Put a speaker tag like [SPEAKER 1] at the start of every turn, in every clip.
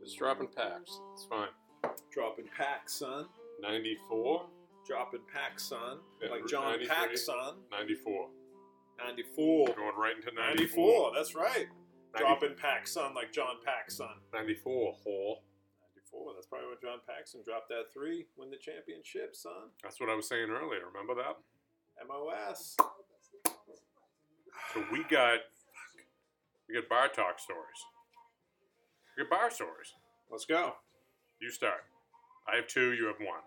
[SPEAKER 1] It's dropping packs. It's fine.
[SPEAKER 2] Dropping packs, son.
[SPEAKER 1] 94,
[SPEAKER 2] Dropping packs, son.
[SPEAKER 1] Yeah,
[SPEAKER 2] like
[SPEAKER 1] Route
[SPEAKER 2] John
[SPEAKER 1] 93.
[SPEAKER 2] Paxson.
[SPEAKER 1] 94.
[SPEAKER 2] 94.
[SPEAKER 1] Going right into 94.
[SPEAKER 2] 94, that's right.
[SPEAKER 1] 90
[SPEAKER 2] Dropping Paxson like John Paxson.
[SPEAKER 1] 94, whore.
[SPEAKER 2] 94, that's probably when John Paxson dropped that three, win the championship, son.
[SPEAKER 1] That's what I was saying earlier. Remember that?
[SPEAKER 2] MOS.
[SPEAKER 1] So we got fuck, we got bar talk stories. We got bar stories.
[SPEAKER 2] Let's go.
[SPEAKER 1] You start. I have two. You have one.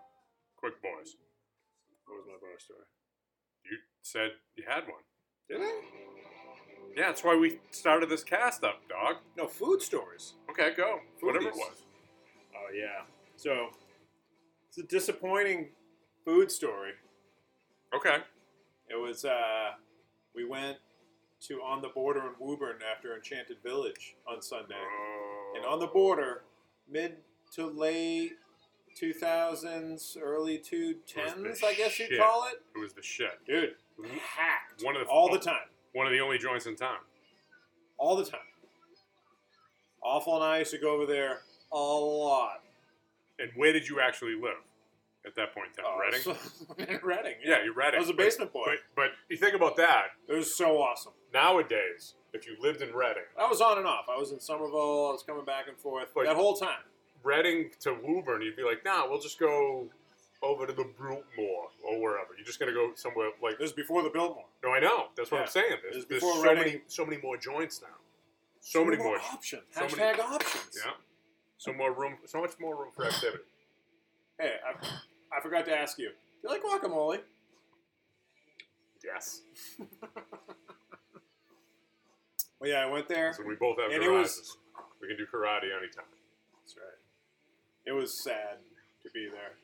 [SPEAKER 1] Quick boys.
[SPEAKER 2] What was my bar story?
[SPEAKER 1] You said you had one.
[SPEAKER 2] Did I?
[SPEAKER 1] Yeah, that's why we started this cast up, dog.
[SPEAKER 2] No, food stories.
[SPEAKER 1] Okay, go. Whatever it
[SPEAKER 2] Foodies.
[SPEAKER 1] was.
[SPEAKER 2] Oh, yeah. So, it's a disappointing food story.
[SPEAKER 1] Okay.
[SPEAKER 2] It was, uh, we went to On the Border in Woburn after Enchanted Village on Sunday. And on the border, mid to late 2000s, early
[SPEAKER 1] Was
[SPEAKER 2] 2010s,
[SPEAKER 1] the
[SPEAKER 2] I guess you'd
[SPEAKER 1] shit.
[SPEAKER 2] call it.
[SPEAKER 1] It was the shit.
[SPEAKER 2] Dude,
[SPEAKER 1] Mhm.
[SPEAKER 2] hacked.
[SPEAKER 1] One of the-
[SPEAKER 2] all the time.
[SPEAKER 1] One of the only joints in town.
[SPEAKER 2] All the time. Awful and I used to go over there a lot.
[SPEAKER 1] And where did you actually live at that point in time?
[SPEAKER 2] Oh,
[SPEAKER 1] Reading?
[SPEAKER 2] so- in Reading.
[SPEAKER 1] yeah, you're Reading.
[SPEAKER 2] I was a basement boy.
[SPEAKER 1] But, but, but you think about that.
[SPEAKER 2] It was so awesome.
[SPEAKER 1] Nowadays, if you lived in Reading,
[SPEAKER 2] I was on and off. I was in Somerville. I was coming back and forth
[SPEAKER 1] But-
[SPEAKER 2] that whole time.
[SPEAKER 1] Reading to Woburn, you'd be like, nah, we'll just go over to the Brute Moor or wherever. You're just going to go somewhere like.
[SPEAKER 2] This is before the Biltmore.
[SPEAKER 1] No, I know. That's what
[SPEAKER 2] Yeah.
[SPEAKER 1] I'm saying.
[SPEAKER 2] It
[SPEAKER 1] There's,
[SPEAKER 2] was
[SPEAKER 1] there's
[SPEAKER 2] before
[SPEAKER 1] so,
[SPEAKER 2] Reading-
[SPEAKER 1] many, so many more joints now. So, many more.
[SPEAKER 2] options.
[SPEAKER 1] so many-
[SPEAKER 2] Hashtag options.
[SPEAKER 1] Yeah. So more room. So much more room for activity.
[SPEAKER 2] Hey, I, I forgot to ask you. Do you like guacamole?
[SPEAKER 1] Yes.
[SPEAKER 2] Well, yeah, I went there.
[SPEAKER 1] So we both have
[SPEAKER 2] And it
[SPEAKER 1] garages.
[SPEAKER 2] was-
[SPEAKER 1] We can do karate anytime.
[SPEAKER 2] That's right. It was sad to be there.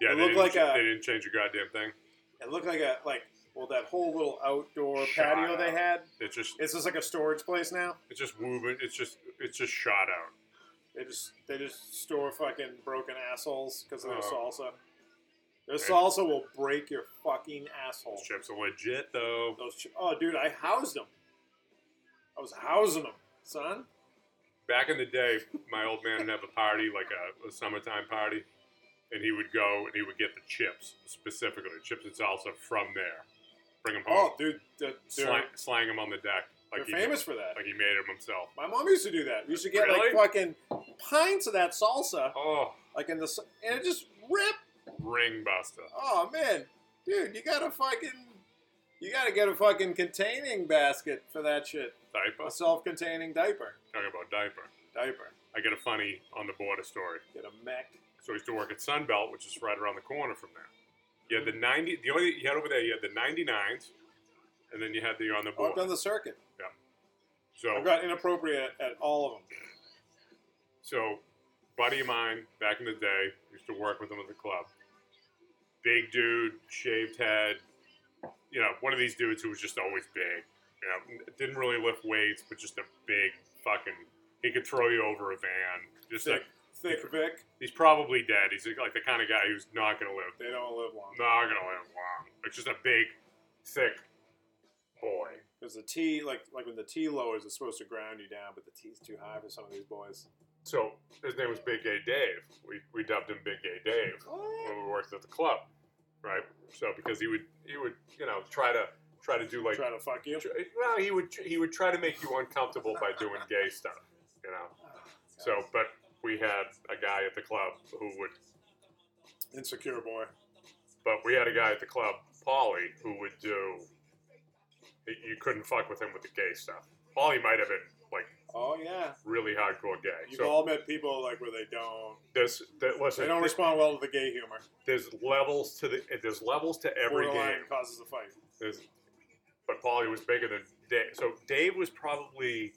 [SPEAKER 1] Yeah,
[SPEAKER 2] It
[SPEAKER 1] they
[SPEAKER 2] looked
[SPEAKER 1] didn't,
[SPEAKER 2] like a-
[SPEAKER 1] they didn't change a goddamn thing.
[SPEAKER 2] It looked like a like well that whole little outdoor
[SPEAKER 1] Shut
[SPEAKER 2] patio they
[SPEAKER 1] up.
[SPEAKER 2] had.
[SPEAKER 1] It's just
[SPEAKER 2] It's just like a storage place now.
[SPEAKER 1] it's just moving. It's just it's just shot out.
[SPEAKER 2] They just they just store fucking broken assholes because of their
[SPEAKER 1] Oh.
[SPEAKER 2] salsa. Their
[SPEAKER 1] Hey.
[SPEAKER 2] salsa will break your fucking asshole.
[SPEAKER 1] Those chips are legit though.
[SPEAKER 2] Those ch- oh dude, I housed them. I was housing them, son.
[SPEAKER 1] Back in the day, my old man would have a party like a, a summertime party, and he would go and he would get the chips specifically, chips and salsa from there, bring them home,
[SPEAKER 2] Oh, dude, they're, they're,
[SPEAKER 1] slang, slang them on the deck
[SPEAKER 2] they're
[SPEAKER 1] like he,
[SPEAKER 2] famous for that.
[SPEAKER 1] like he made them himself.
[SPEAKER 2] My mom used to do that. You should get
[SPEAKER 1] Really?
[SPEAKER 2] like fucking pints of that salsa,
[SPEAKER 1] Oh,
[SPEAKER 2] like in the s- and it just ripped.
[SPEAKER 1] ring buster.
[SPEAKER 2] Oh man, dude, you gotta fucking, you gotta get a fucking containing basket for that shit.
[SPEAKER 1] Diaper?
[SPEAKER 2] A self-containing diaper.
[SPEAKER 1] Talking about diaper.
[SPEAKER 2] Diaper.
[SPEAKER 1] I get a funny on the border story.
[SPEAKER 2] Get a mech.
[SPEAKER 1] So I used to work at Sunbelt, which is right around the corner from there. You had the 90, the only you had over there, you had the 99s, and then you had the on the
[SPEAKER 2] Oh, I've
[SPEAKER 1] board.
[SPEAKER 2] done the circuit.
[SPEAKER 1] So,
[SPEAKER 2] I've got inappropriate at all of them.
[SPEAKER 1] so buddy of mine back in the day, used to work with him at the club. Big dude, shaved head, you know, one of these dudes who was just always big. You know, didn't really lift weights, but just a big fucking. He could throw you over a van. Just
[SPEAKER 2] Thick,
[SPEAKER 1] like
[SPEAKER 2] thick Vic.
[SPEAKER 1] he's probably dead. He's like the kind of guy who's not gonna live.
[SPEAKER 2] They don't live long
[SPEAKER 1] not gonna live long. It's just a big, thick boy.
[SPEAKER 2] because the T, like like when the T lowers, it's supposed to ground you down, but the T's too high for some of these boys.
[SPEAKER 1] So his name was Big Gay Dave. We, we dubbed him Big Gay Dave when we worked at the club, right? So because he would he would you know try to try to do like
[SPEAKER 2] Try to fuck you.
[SPEAKER 1] tr- well he would he would try to make you uncomfortable by doing gay stuff, you know. So but we had a guy at the club who would
[SPEAKER 2] insecure boy.
[SPEAKER 1] But we had a guy at the club, Polly, who would do. You couldn't fuck with him with the gay stuff. Polly might have been like
[SPEAKER 2] Oh yeah.
[SPEAKER 1] really hardcore gay.
[SPEAKER 2] You've
[SPEAKER 1] So
[SPEAKER 2] all met people like where they don't,
[SPEAKER 1] there's that
[SPEAKER 2] they
[SPEAKER 1] listen.
[SPEAKER 2] don't respond well to the gay humor.
[SPEAKER 1] There's levels to the there's levels to every
[SPEAKER 2] Borderline
[SPEAKER 1] game.
[SPEAKER 2] causes a fight.
[SPEAKER 1] There's, but Polly was bigger than Dave. So Dave was probably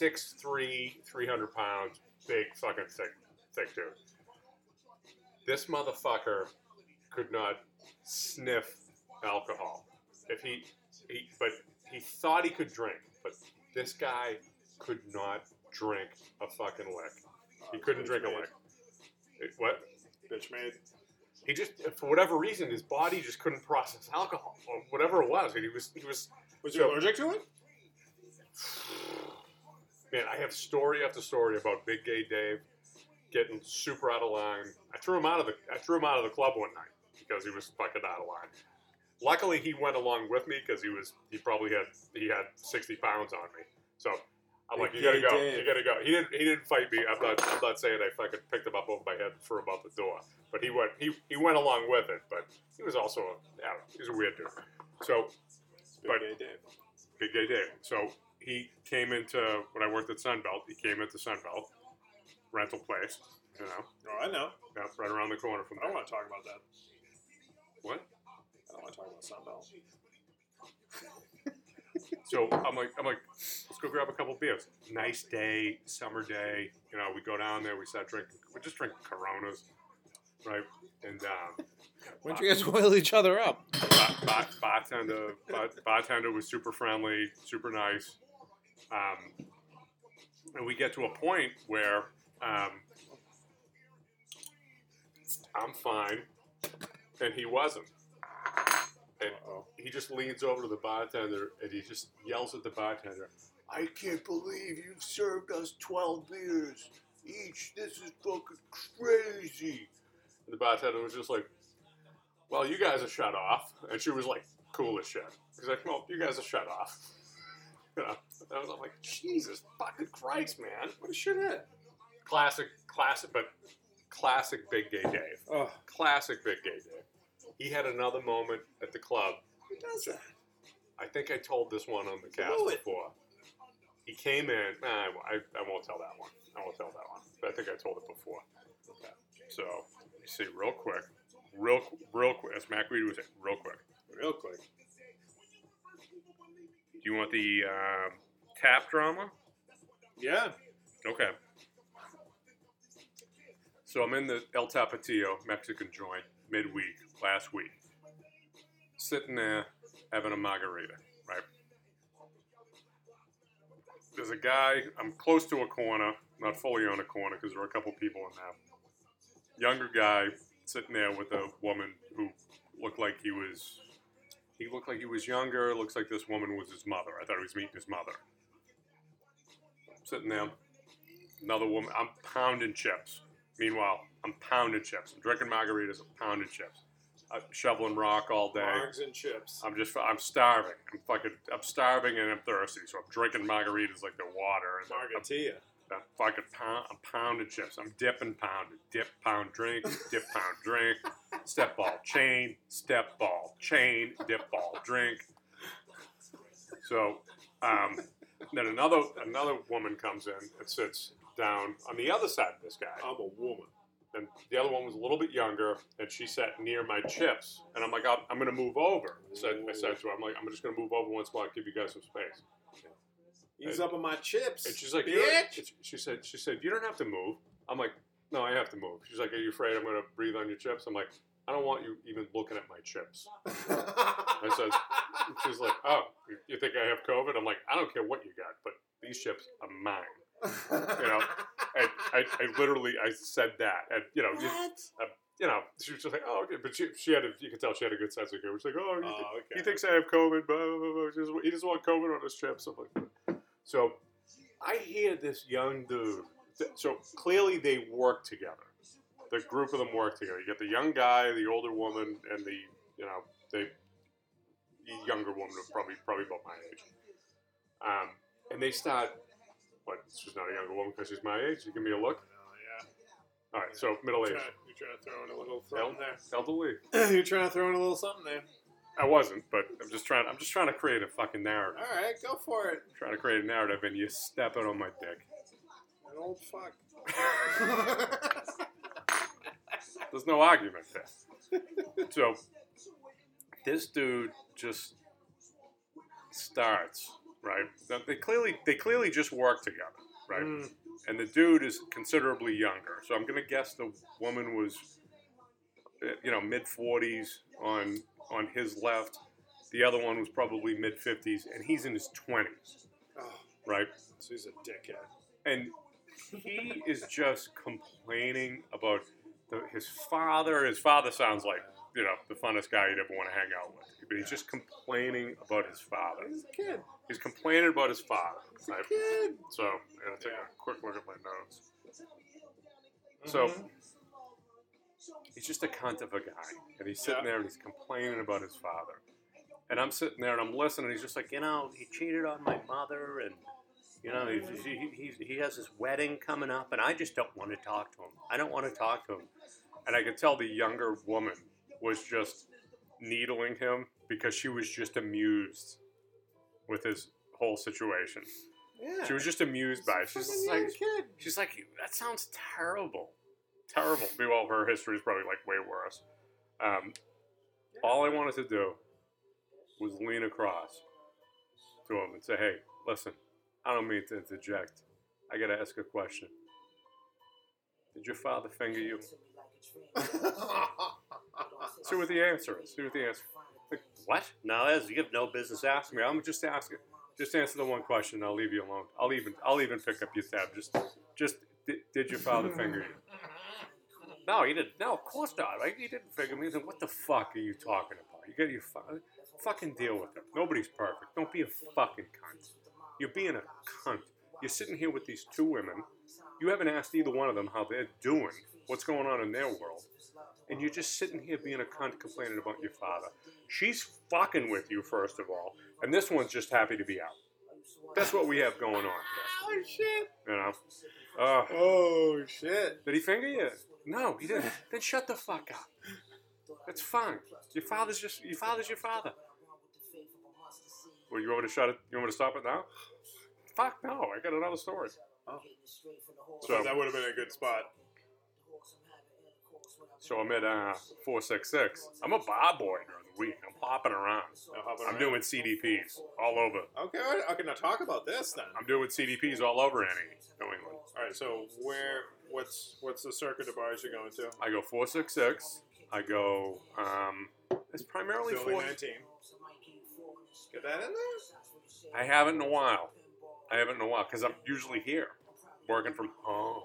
[SPEAKER 1] 6'3", 300 pounds, big fucking thick, thick dude. This motherfucker could not sniff alcohol. If he, he, but he thought he could drink, but this guy could not drink a fucking lick. He couldn't drink a lick. It- what?
[SPEAKER 2] Bitch made.
[SPEAKER 1] he just for whatever reason his body just couldn't process alcohol or whatever it was and he was he was
[SPEAKER 2] Was
[SPEAKER 1] So-
[SPEAKER 2] you allergic to it?
[SPEAKER 1] man, I have story after story about Big Gay Dave getting super out of line. I threw him out of the I threw him out of the club one night because he was fucking out of line. Luckily, he went along with me because he was he probably had he had sixty pounds on me. So I'm like,
[SPEAKER 2] Big
[SPEAKER 1] you gotta
[SPEAKER 2] Gay
[SPEAKER 1] go,
[SPEAKER 2] Dave."
[SPEAKER 1] you gotta go. He didn't he didn't fight me. I'm not I'm not saying I fucking picked him up over my head and threw him out the door, but he went he he went along with it. But he was also a yeah, he was a weird dude. So But-
[SPEAKER 2] Big Gay Dave.
[SPEAKER 1] Big Gay Dave. So he came into when I worked at Sunbelt. He came into Sunbelt rental place. You know,
[SPEAKER 2] Oh, I know.
[SPEAKER 1] yeah, right around the corner from
[SPEAKER 2] I don't
[SPEAKER 1] there.
[SPEAKER 2] want to talk about that.
[SPEAKER 1] What?
[SPEAKER 2] I don't want to talk about Sunbelt.
[SPEAKER 1] So I'm like, I'm like, let's go grab a couple beers. Nice day, summer day. You know, we go down there. We start drinking. We just drink Coronas, right? And um,
[SPEAKER 3] Why don't you guys oil each other up?
[SPEAKER 1] bar- bar- bartender, bar- bartender was super friendly, super nice. Um, and we get to a point where um, I'm fine, and he wasn't. And
[SPEAKER 2] Uh-oh.
[SPEAKER 1] he just leans over to the bartender and he just yells at the bartender, I can't believe you've served us 12 beers each. This is fucking crazy. And the bartender was just like, Well, you guys are shut off. And she was like, Cool as shit. He's like, Well, you guys are shut off. You know, I was I'm like, Jesus fucking Christ, man.
[SPEAKER 2] What a shithead.
[SPEAKER 1] Classic, classic, but classic Big Gay Dave.
[SPEAKER 2] Oh,
[SPEAKER 1] Classic Big Gay Dave. He had another moment at the club
[SPEAKER 2] who does that?
[SPEAKER 1] I think I told this one on the cast
[SPEAKER 2] Blew it.
[SPEAKER 1] before. He came in. Nah, I, I, I won't tell that one. I won't tell that one. But I think I told it before. So, let me see, real quick, real, real quick. As Mac Reed would say, real quick.
[SPEAKER 2] Real quick.
[SPEAKER 1] Do you want the um tap drama?
[SPEAKER 2] Yeah.
[SPEAKER 1] Okay. So I'm in the El Tapatio Mexican joint midweek last week, sitting there having a margarita, right? There's a guy, I'm close to a corner, not fully on a corner because there are a couple people in there. Younger guy sitting there with a woman who looked like he was, he looked like he was younger, looks like this woman was his mother. I thought he was meeting his mother. Sitting there, another woman. I'm pounding chips. Meanwhile, I'm pounding chips. I'm drinking margaritas. I'm pounding chips. I'm shoveling rock all day.
[SPEAKER 2] Margs and chips.
[SPEAKER 1] I'm just I'm starving. I'm fucking I'm starving and I'm thirsty, so I'm drinking margaritas like they're water and I'm,
[SPEAKER 2] Margatia.
[SPEAKER 1] I'm fucking pound, I'm pounding chips. I'm dipping, pounding, dip, pound, drink, dip, pound, drink, step ball, chain, step ball, chain, dip, ball, drink. So, um, then another another woman comes in and sits down on the other side of this guy
[SPEAKER 2] I'm a woman.
[SPEAKER 1] and the other one was a little bit younger, and she sat near my chips. And I'm like, I'm, I'm going to move over. I said, I said to her, I'm like, I'm just going to move over one spot, give you guys some space.
[SPEAKER 2] He's up on my chips.
[SPEAKER 1] And she's like, "You don't-"
[SPEAKER 2] bitch.
[SPEAKER 1] she said, she said, you don't have to move. I'm like, no, I have to move. She's like, are you afraid I'm going to breathe on your chips? I'm like, I don't want you even looking at my chips.
[SPEAKER 2] I
[SPEAKER 1] said- And she's like, oh, you- you think I have COVID? I'm like, I don't care what you got, but these chips are mine.
[SPEAKER 2] you
[SPEAKER 1] know, And I, I literally, I said that, and you know, you, you know, she was just like, oh, okay. But she, she had, a, you could tell she had a good sense of humor. She's like, oh, you think-
[SPEAKER 2] Oh, okay.
[SPEAKER 1] He thinks I have COVID. Blah, blah, blah, blah. He just- He just wants COVID on his trip. Something like that. So I hear this young dude. th- So clearly they work together. The group of them work together. You get the young guy, the older woman, and the you know they the younger woman, who's probably probably about my age. Um, and they start. But she's not a younger woman because she's my age. You give me a look.
[SPEAKER 2] Oh,
[SPEAKER 1] All right, so middle
[SPEAKER 2] yeah.
[SPEAKER 1] age,
[SPEAKER 2] You're trying to throw in a little something
[SPEAKER 1] elderly.
[SPEAKER 2] there. You're trying to throw in a little something there.
[SPEAKER 1] I wasn't, but I'm just trying. I'm just trying to create a fucking narrative.
[SPEAKER 2] All right, go for it.
[SPEAKER 1] trying to create a narrative and you step out on my dick.
[SPEAKER 2] An old fuck.
[SPEAKER 1] There's no argument there. So this dude just starts right. Now, they clearly they clearly just work together, right?
[SPEAKER 2] Mm.
[SPEAKER 1] And the dude is considerably younger, so I'm gonna guess the woman was, uh, you know, mid 40s on on his left. The other one was probably mid 50s, and he's in his 20s,
[SPEAKER 2] Oh,
[SPEAKER 1] right?
[SPEAKER 2] so he's a dickhead.
[SPEAKER 1] and he is just complaining about the, his father. His father sounds like you know the funnest guy you'd ever want to hang out with, but he's just complaining about his father.
[SPEAKER 2] He's a kid.
[SPEAKER 1] He's complaining about his father. I-
[SPEAKER 2] Kid.
[SPEAKER 1] so I take
[SPEAKER 2] Yeah.
[SPEAKER 1] a quick look at my notes. So
[SPEAKER 2] Mhm. Mm-hmm.
[SPEAKER 1] he's just a cunt of a guy, and he's sitting
[SPEAKER 2] Yeah.
[SPEAKER 1] there and he's complaining about his father. And I'm sitting there and I'm listening. And he's just like, you know, he cheated on my mother, and you know, he, he, he, he has his wedding coming up, and I just don't want to talk to him. I don't want to talk to him. And I could tell the younger woman was just needling him because she was just amused with his whole situation.
[SPEAKER 2] yeah.
[SPEAKER 1] She was just amused by it. She's
[SPEAKER 2] Fucking
[SPEAKER 1] just like,
[SPEAKER 2] young kid.
[SPEAKER 1] She's like, that sounds terrible. Terrible. Meanwhile, her history is probably like way worse. Um, all I wanted to do was lean across to him and say, hey, listen, I don't mean to interject. I got to ask a question. Did your father finger you? See what the answer is. See what the answer Like, what? No, that's, you have no business asking me. I'm just asking. Just answer the one question. And I'll leave you alone. I'll even I'll even pick up your tab. Just just did, did your father finger you? No, he didn't. No, of course not. Like, he didn't figure me. He said, "What the fuck are you talking about? You got your fu- fucking deal with it. Nobody's perfect. Don't be a fucking cunt. You're being a cunt. You're sitting here with these two women. You haven't asked either one of them how they're doing, what's going on in their world, and you're just sitting here being a cunt, complaining about your father. She's fucking with you first of all, and this one's just happy to be out. That's what we have going on.
[SPEAKER 2] Oh shit.
[SPEAKER 1] You know. Uh,
[SPEAKER 2] Oh shit.
[SPEAKER 1] did he finger you? No, he didn't. then shut the fuck up. It's fine. Your father's just your father's your father. Well, you want me to shut it? You want me to stop it now? Fuck no! I got another story.
[SPEAKER 2] So Oh. that would have been a good spot.
[SPEAKER 1] So I'm at uh, four six six. I'm a bar boy during the week. I'm hopping around.
[SPEAKER 2] Now hop it
[SPEAKER 1] I'm
[SPEAKER 2] around.
[SPEAKER 1] doing CDPs all over.
[SPEAKER 2] Okay, I can now talk about this then.
[SPEAKER 1] I'm doing CDPs all over any New England.
[SPEAKER 2] All right, so where what's what's the circuit of bars you're going to?
[SPEAKER 1] I go four six six. I go. Um, it's primarily
[SPEAKER 2] Philly
[SPEAKER 1] four.
[SPEAKER 2] 19. Get that in there.
[SPEAKER 1] I haven't in a while. I haven't in a while because I'm usually here, working from home.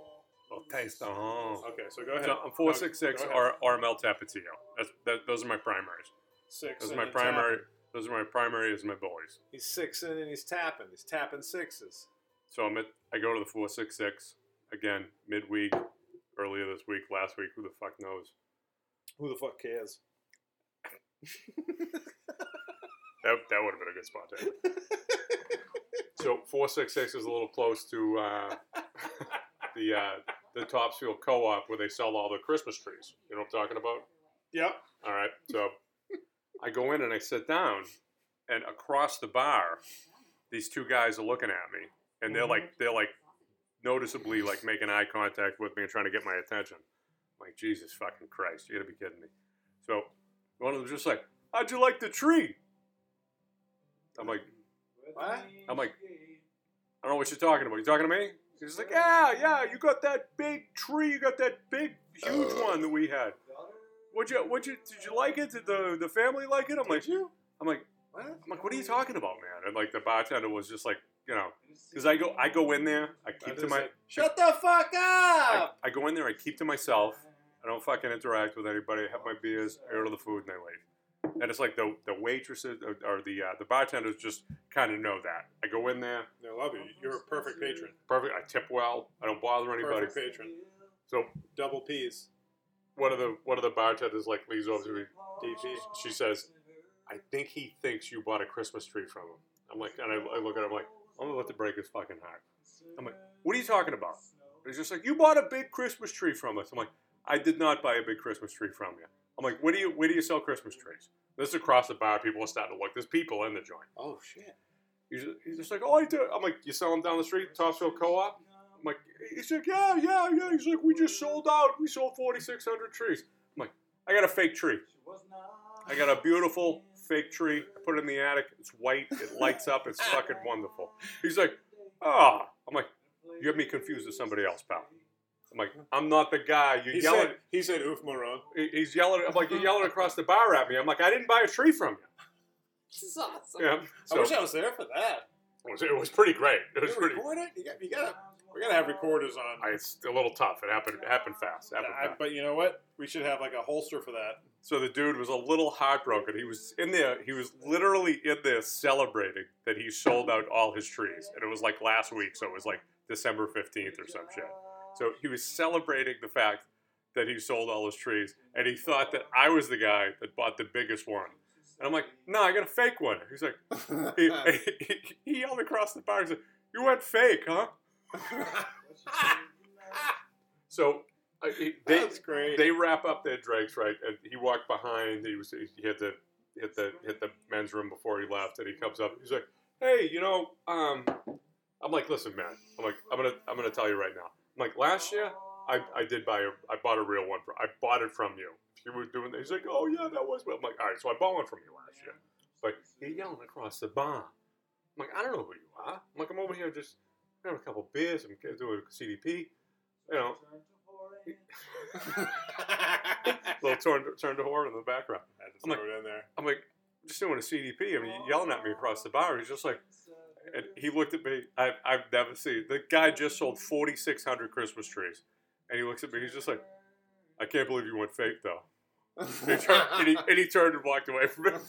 [SPEAKER 1] Little taste of home.
[SPEAKER 2] Okay, so uh, go ahead.
[SPEAKER 1] So I'm four six six
[SPEAKER 2] No, go
[SPEAKER 1] or RML Tapatio. That's that, those are my primaries.
[SPEAKER 2] Six.
[SPEAKER 1] Those are
[SPEAKER 2] in
[SPEAKER 1] my
[SPEAKER 2] and
[SPEAKER 1] primary.
[SPEAKER 2] tapping.
[SPEAKER 1] Those are my primary as my boys.
[SPEAKER 2] He's six in and he's tapping. He's tapping sixes.
[SPEAKER 1] So I'm at. I go to the four six six again midweek, earlier this week, last week. Who the fuck knows?
[SPEAKER 2] Who the fuck cares?
[SPEAKER 1] That that would have been a good spot. To end. so four six six is a little close to uh, the uh, the Topsfield Co-op where they sell all the Christmas trees. You know what I'm talking about?
[SPEAKER 2] Yep.
[SPEAKER 1] All right. So I go in and I sit down, and across the bar, these two guys are looking at me, and they're like they're like noticeably like making eye contact with me and trying to get my attention. I'm like Jesus fucking Christ, you gotta be kidding me. So one of them's just like, "How'd you like the tree?" I'm like,
[SPEAKER 2] What?
[SPEAKER 1] I'm like, I don't know what you're talking about. You talking to me? He's like, yeah, yeah. You got that big tree. You got that big, huge one that we had. Would you? Would you? Did you like it? Did the the family like it? I'm like,
[SPEAKER 2] you?
[SPEAKER 1] I'm like,
[SPEAKER 2] What?
[SPEAKER 1] I'm like, what are you talking about, man? And like the bartender was just like, you know, because I go, I go in there, I keep
[SPEAKER 2] That
[SPEAKER 1] to
[SPEAKER 2] is
[SPEAKER 1] my,
[SPEAKER 2] it. Shut the fuck
[SPEAKER 1] I,
[SPEAKER 2] up!
[SPEAKER 1] I go in there, I keep to myself. I don't fucking interact with anybody. I have my beers, I order the food, and I leave. And it's like the the waitresses or, or the uh, the bartenders just kind of know that. I go in there,
[SPEAKER 2] They love you. You're a perfect patron.
[SPEAKER 1] perfect. I tip well. I don't bother anybody.
[SPEAKER 2] Perfect patron.
[SPEAKER 1] So
[SPEAKER 2] Double P's.
[SPEAKER 1] one of the one of the bartenders like leans over to me.
[SPEAKER 2] DP.
[SPEAKER 1] She says, "I think he thinks you bought a Christmas tree from him." I'm like, and I, I look at him like, "I'm gonna let the break his fucking heart." I'm like, "What are you talking about?" He's just like, "You bought a big Christmas tree from us." I'm like, "I did not buy a big Christmas tree from you." I'm like, "Where do you where do you sell Christmas trees?" This is across the bar. People are starting to look. There's people in the joint.
[SPEAKER 2] Oh shit.
[SPEAKER 1] He's just, he's just like, oh, I do. I'm like, you sell them down the street, Topsfield Co-op. I'm like, he's like, yeah, yeah, yeah. He's like, we just sold out. We sold 4,600 trees. I'm like, I got a fake tree. I got a beautiful fake tree. I put it in the attic. It's white. It lights up. It's fucking wonderful. He's like, ah. I'm like, you have me confused with somebody else, pal. I'm like, I'm not the guy. You're
[SPEAKER 2] He
[SPEAKER 1] yelling.
[SPEAKER 2] said he said oof moron.
[SPEAKER 1] he- He's yelling. I'm like, you're yelling across the bar at me. I'm like, I didn't buy a tree from you.
[SPEAKER 2] This is awesome.
[SPEAKER 1] Yeah.
[SPEAKER 2] I
[SPEAKER 1] So
[SPEAKER 2] wish
[SPEAKER 1] it
[SPEAKER 2] I was there for that.
[SPEAKER 1] was, it was pretty great. It was
[SPEAKER 2] You
[SPEAKER 1] pretty.
[SPEAKER 2] record it? You got you got We're gonna have recorders on.
[SPEAKER 1] I, it's a little tough. It happened. It happened fast. It happened
[SPEAKER 2] I-
[SPEAKER 1] fast.
[SPEAKER 2] but you know what? We should have like a holster for that.
[SPEAKER 1] So the dude was a little heartbroken. He was in there. He was literally in there celebrating that he sold out all his trees, and it was like last week. So it was like December fifteenth or some shit. So he was celebrating the fact that he sold all his trees, and he thought that I was the guy that bought the biggest one. And I'm like, no, I got a fake one. He's like, he, he, he yelled across the bar. He's like, you went fake, huh? So uh, he- they,
[SPEAKER 2] That's great.
[SPEAKER 1] they wrap up their drinks, right? And he walked behind. He was he had to hit the hit the men's room before he left, and he comes up. He's like, "Hey, you know, um, I'm like, listen, man. I'm like, I'm gonna I'm gonna tell you right now. I'm like, last year I, I did buy a I bought a real one. For, I bought it from you. You were doing that. He's like, oh yeah, that was. Well. I'm like, all right, so I bought one from you last year. Like you're yelling across the bar. I'm like, I don't know who you are. I'm like, I'm over here just having a couple beers. I'm doing a CDP. You know, little turn turn to horror in the background.
[SPEAKER 2] I had to
[SPEAKER 1] I'm
[SPEAKER 2] throw
[SPEAKER 1] like-
[SPEAKER 2] it in there.
[SPEAKER 1] I'm like, I'm just doing a CDP. I mean, you're yelling at me across the bar. He's just like, and he looked at me. I've, I've never seen the guy just sold 4,600 Christmas trees, and he looks at me. He's just like, I can't believe you went fake though. And he turned and he, and, he turned and walked away from it. It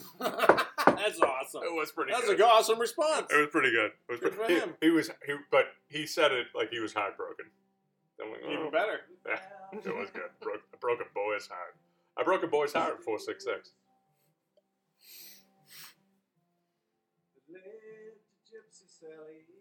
[SPEAKER 2] That's awesome.
[SPEAKER 1] was pretty.
[SPEAKER 2] That's
[SPEAKER 1] good.
[SPEAKER 2] a awesome response.
[SPEAKER 1] It was pretty good. It was
[SPEAKER 2] Good
[SPEAKER 1] pre-
[SPEAKER 2] for
[SPEAKER 1] he,
[SPEAKER 2] him.
[SPEAKER 1] he was, he, but he said it like he was heartbroken. I'm like,
[SPEAKER 2] Even
[SPEAKER 1] oh,
[SPEAKER 2] better.
[SPEAKER 1] it was good. Broke, I broke a boy's heart. I broke a boy's heart at 466.
[SPEAKER 4] Lived a gypsy Sally